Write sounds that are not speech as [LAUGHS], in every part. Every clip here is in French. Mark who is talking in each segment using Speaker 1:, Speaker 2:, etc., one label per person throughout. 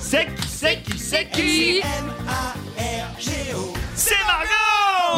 Speaker 1: c'est qui c'est qui c'est qui
Speaker 2: M-A-R-G-O.
Speaker 1: C'est Margot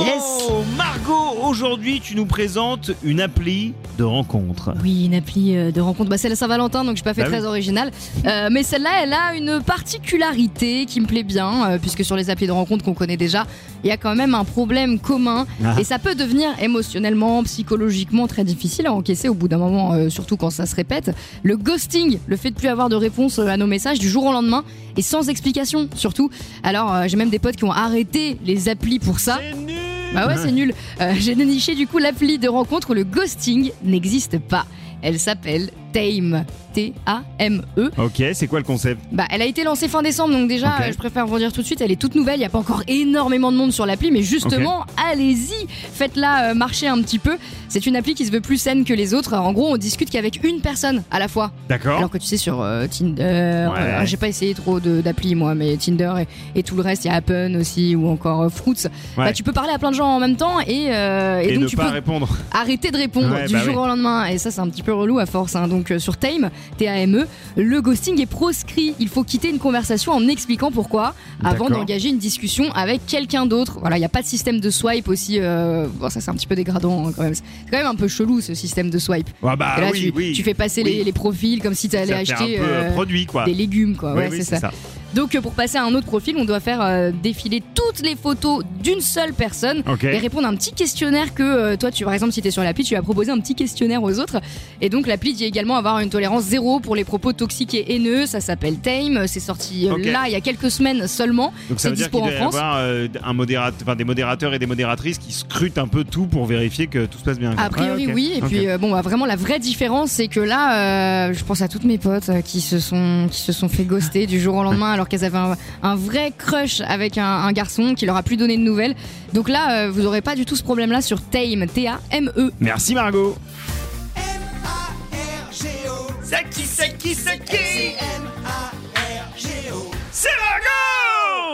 Speaker 3: Yes.
Speaker 1: Margot, aujourd'hui tu nous présentes une appli de rencontre.
Speaker 3: Oui, une appli euh, de rencontre. Bah, c'est la Saint-Valentin, donc je suis pas fait
Speaker 1: Bah
Speaker 3: très
Speaker 1: oui.
Speaker 3: original. Euh, mais celle-là, elle a une particularité qui me plaît bien, euh, puisque sur les applis de rencontre qu'on connaît déjà, il y a quand même un problème commun.
Speaker 1: Ah.
Speaker 3: Et ça peut devenir émotionnellement, psychologiquement très difficile à encaisser au bout d'un moment, euh, surtout quand ça se répète. Le ghosting, le fait de plus avoir de réponse euh, à nos messages du jour au lendemain, et sans explication surtout. Alors, euh, j'ai même des potes qui ont arrêté les applis pour ça.
Speaker 1: C'est nul
Speaker 3: Bah ouais, c'est nul. Euh, J'ai déniché du coup l'appli de rencontre où le ghosting n'existe pas. Elle s'appelle Tame. T-A-M-E.
Speaker 1: [LAUGHS] Ok, c'est quoi le concept
Speaker 3: E. Bah, elle a été lancée fin décembre, donc déjà,
Speaker 1: Ok.
Speaker 3: euh, je préfère vous dire tout de suite, elle est toute nouvelle. Il n'y a pas encore énormément de monde sur l'appli, mais justement, allez-y, faites-la euh, marcher un petit peu. C'est une appli qui se veut plus saine que les autres. En gros, on discute qu'avec une personne à la fois.
Speaker 1: D'accord
Speaker 3: Alors que tu sais, sur euh, Tinder, euh, j'ai pas essayé trop de- d'applis moi, mais Tinder et, et tout le reste, il y a Appen aussi ou encore euh, Fruits. Bah, tu peux parler à plein de gens en même temps et, euh, et
Speaker 1: Et,
Speaker 3: donc
Speaker 1: ne
Speaker 3: tu
Speaker 1: pas
Speaker 3: peux [LAUGHS]
Speaker 1: répondre.
Speaker 3: arrêter de répondre
Speaker 1: Ouais,
Speaker 3: du
Speaker 1: bah
Speaker 3: jour
Speaker 1: oui.
Speaker 3: au lendemain. Et ça, c'est un petit peu relou à force. hein. Donc euh, sur Tame, T-A-M-E, E, le ghosting est proscrit. Il faut quitter une conversation en expliquant pourquoi avant
Speaker 1: D'accord.
Speaker 3: d'engager une discussion avec quelqu'un d'autre. Voilà, il n'y a pas de système de swipe aussi. euh, Bon, ça, c'est un petit peu dégradant hein, quand même. C'est quand même un peu chelou ce système de swipe.
Speaker 1: Ah bah
Speaker 3: Et là,
Speaker 1: oui,
Speaker 3: tu,
Speaker 1: oui.
Speaker 3: tu fais passer les,
Speaker 1: Oui.
Speaker 3: les profils comme si tu allais
Speaker 1: Ça fait
Speaker 3: acheter
Speaker 1: un peu euh,
Speaker 3: euh,
Speaker 1: produit quoi.
Speaker 3: des légumes, quoi.
Speaker 1: Oui,
Speaker 3: ouais,
Speaker 1: oui,
Speaker 3: c'est ça. Donc euh, pour passer à un autre profil, on doit faire euh, défiler toutes les photos d'une seule personne
Speaker 1: Ok.
Speaker 3: et répondre à un petit questionnaire que euh, toi, tu, par exemple, si tu es sur l'appli, tu vas proposer un petit questionnaire aux autres. Et donc l'appli dit également avoir une tolérance zéro pour les propos toxiques et haineux. Ça s'appelle Tame, c'est sorti euh,
Speaker 1: Ok.
Speaker 3: là il y a quelques semaines seulement.
Speaker 1: Donc ça
Speaker 3: C'est
Speaker 1: veut dire
Speaker 3: dispo
Speaker 1: qu'il
Speaker 3: en
Speaker 1: doit y
Speaker 3: France.
Speaker 1: avoir euh, un modérateur, enfin, des modérateurs et des modératrices qui scrutent un peu tout pour vérifier que tout se passe bien. quoi.
Speaker 3: A priori,
Speaker 1: Ouais, ok.
Speaker 3: oui. Et
Speaker 1: Ok.
Speaker 3: puis, euh, bon, bah, vraiment, la vraie différence, c'est que là, euh, je pense à toutes mes potes euh, qui se sont, qui se sont fait ghoster du jour au lendemain, alors qu'elles avaient un, un vrai crush avec un, un garçon qui leur a plus donné de nouvelles. Donc là, euh, vous aurez pas du tout ce problème-là sur Tame, T-A-M-E.
Speaker 1: Merci Margot.
Speaker 2: M-A-R-G-O.
Speaker 1: C'est qui, c'est qui, c'est qui
Speaker 2: M-A-R-G-O.